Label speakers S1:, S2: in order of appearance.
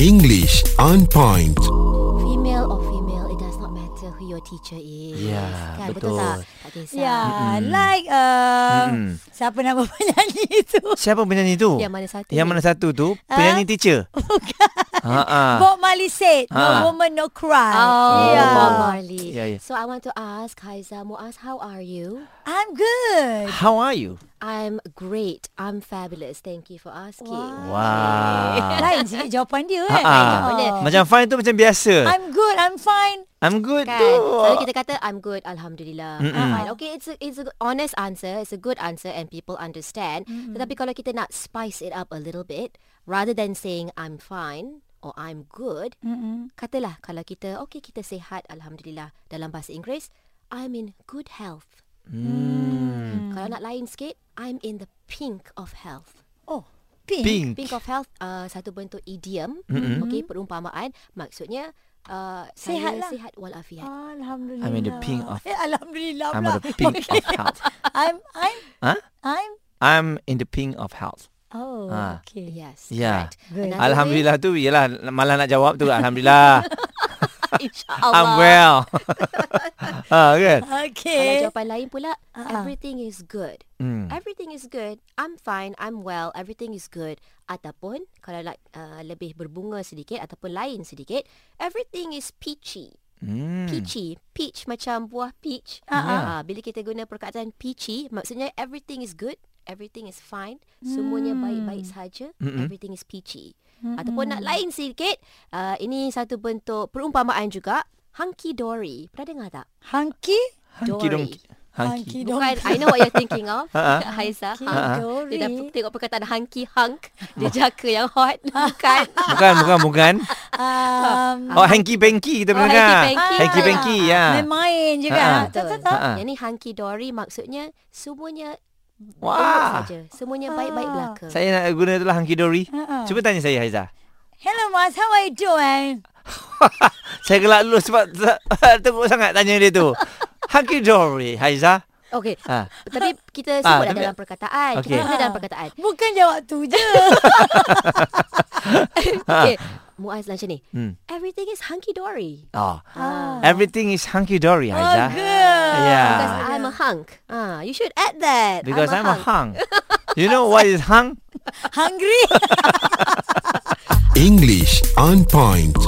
S1: English on point.
S2: Female or female, it does not matter who your teacher is.
S3: Ya,
S2: kan? betul.
S3: betul.
S2: tak? Tak kisah.
S4: Ya, mm-hmm. like uh,
S3: Mm-mm. Ha.
S4: mm-hmm. siapa nama penyanyi itu?
S3: Hmm. Siapa penyanyi tu?
S2: Yang mana satu
S3: Yang
S2: ni?
S3: mana satu tu? Penyanyi teacher. Bukan. Ha ah.
S4: Bob Marley said,
S3: Ah.
S4: "No woman, no cry." Ya.
S2: Oh,
S4: yeah.
S2: Bob Marley.
S3: Yeah, yeah.
S2: So I want to ask Haiza Muaz, how are you?
S4: I'm good.
S3: How are you?
S2: I'm great. I'm fabulous. Thank you for asking.
S3: Wow.
S4: Lain sikit jawapan dia
S3: Ha
S4: kan.
S3: ah.
S2: Jawapan dia.
S3: Macam fine tu macam biasa.
S4: I'm good, I'm fine.
S3: I'm good
S2: Kan?
S3: tu.
S2: Selalu kita kata I'm good, alhamdulillah.
S3: Mm-mm.
S2: Fine. Okay, it's a, it's a honest answer, it's a good answer and people understand.
S3: Mm-hmm.
S2: Tetapi kalau kita nak spice it up a little bit, rather than saying I'm fine or I'm good,
S4: Mm-mm.
S2: katalah kalau kita okay kita sihat alhamdulillah dalam bahasa Inggeris, I'm in good health.
S3: Hmm.
S2: Kalau nak lain sikit, I'm in the pink of health.
S4: Oh, pink.
S3: Pink.
S2: Pink of health uh, satu bentuk idiom,
S3: Mm-mm.
S2: okay perumpamaan, maksudnya uh,
S4: Sihat
S2: saya
S4: lah.
S2: sihat walafiat.
S4: Alhamdulillah.
S3: I'm in the pink of-
S4: Eh, Alhamdulillah
S3: I'm
S4: pula.
S3: in the pink of health.
S4: I'm, I'm,
S3: Huh?
S4: I'm.
S3: I'm in the pink of health.
S4: Oh,
S3: Ah.
S4: okay.
S2: Yes.
S3: Yeah.
S2: correct. Another
S4: Good.
S2: way-
S3: Alhamdulillah tu Yelah malah nak jawab tu Alhamdulillah
S2: InsyaAllah.
S3: I'm well ha, kan?
S2: Kalau
S4: Okay.
S2: jawapan lain pula,
S4: Ah, ah.
S2: everything is good.
S3: Hmm.
S2: Everything is good. I'm fine. I'm well. Everything is good. Ataupun kalau like, uh, lebih berbunga sedikit ataupun lain sedikit, everything is peachy.
S3: Hmm.
S2: Peachy. Peach macam buah peach. Ah,
S3: Ah.
S2: bila kita guna perkataan peachy, maksudnya everything is good. Everything is fine. Semuanya baik-baik saja.
S3: Mm-mm.
S2: Everything is peachy. Ataupun nak lain sedikit, uh, ini satu bentuk perumpamaan juga. Hunky dory. Pernah dengar tak?
S4: Hunky,
S3: Hanky dong
S2: Dory.
S3: Hanky
S4: hunky,
S2: Bukan,
S4: donkey.
S2: I know what you're thinking of.
S3: Ha,
S2: Haizah.
S4: Hunky
S2: hunk.
S4: dory.
S2: Dia dah tengok perkataan hunky hunk. Dia jaka yang hot. Bukan.
S3: Bukan bukan bukan
S4: Um,
S3: Oh hanky panky kita
S2: Oh,
S3: pernah dengar
S2: hanky-panky.
S3: Hanky panky ya
S4: Main-main je
S3: Ah, ah.
S4: kan. Tak,
S2: Betul.
S4: tak, tak.
S3: Ha.
S2: Yang ni hunky dory maksudnya semuanya elok
S3: Wah
S2: saja. Semuanya baik-baik
S4: Ah.
S2: belaka.
S3: Ah. Saya nak guna itulah hanky dory
S4: Ha, ha.
S3: Cuba tanya saya Haizah
S4: Hello, Mas. How are you doing?
S3: Saya gelak dulu sebab Teruk sangat tanya dia tu Hanky dory Haizah
S2: Okey.
S3: ha.
S2: Tapi kita sebut dah
S3: tapi-
S2: dalam perkataan.
S3: Okey.
S2: Kita guna dalam
S4: Ah.
S2: perkataan.
S4: Bukan jawab tu je.
S2: Okey. Muaz lah macam ni.
S3: Ah. Hmm.
S2: Everything is hunky dory.
S3: oh.
S4: Ah.
S3: Everything is hanky dory
S4: Oh,
S3: Haizah
S4: good.
S3: Yeah.
S2: Because I'm a hunk. Ah, you should add that.
S3: Because I'm a
S2: hunk.
S3: hung You know what is hung?
S4: Hungry.
S1: English on point.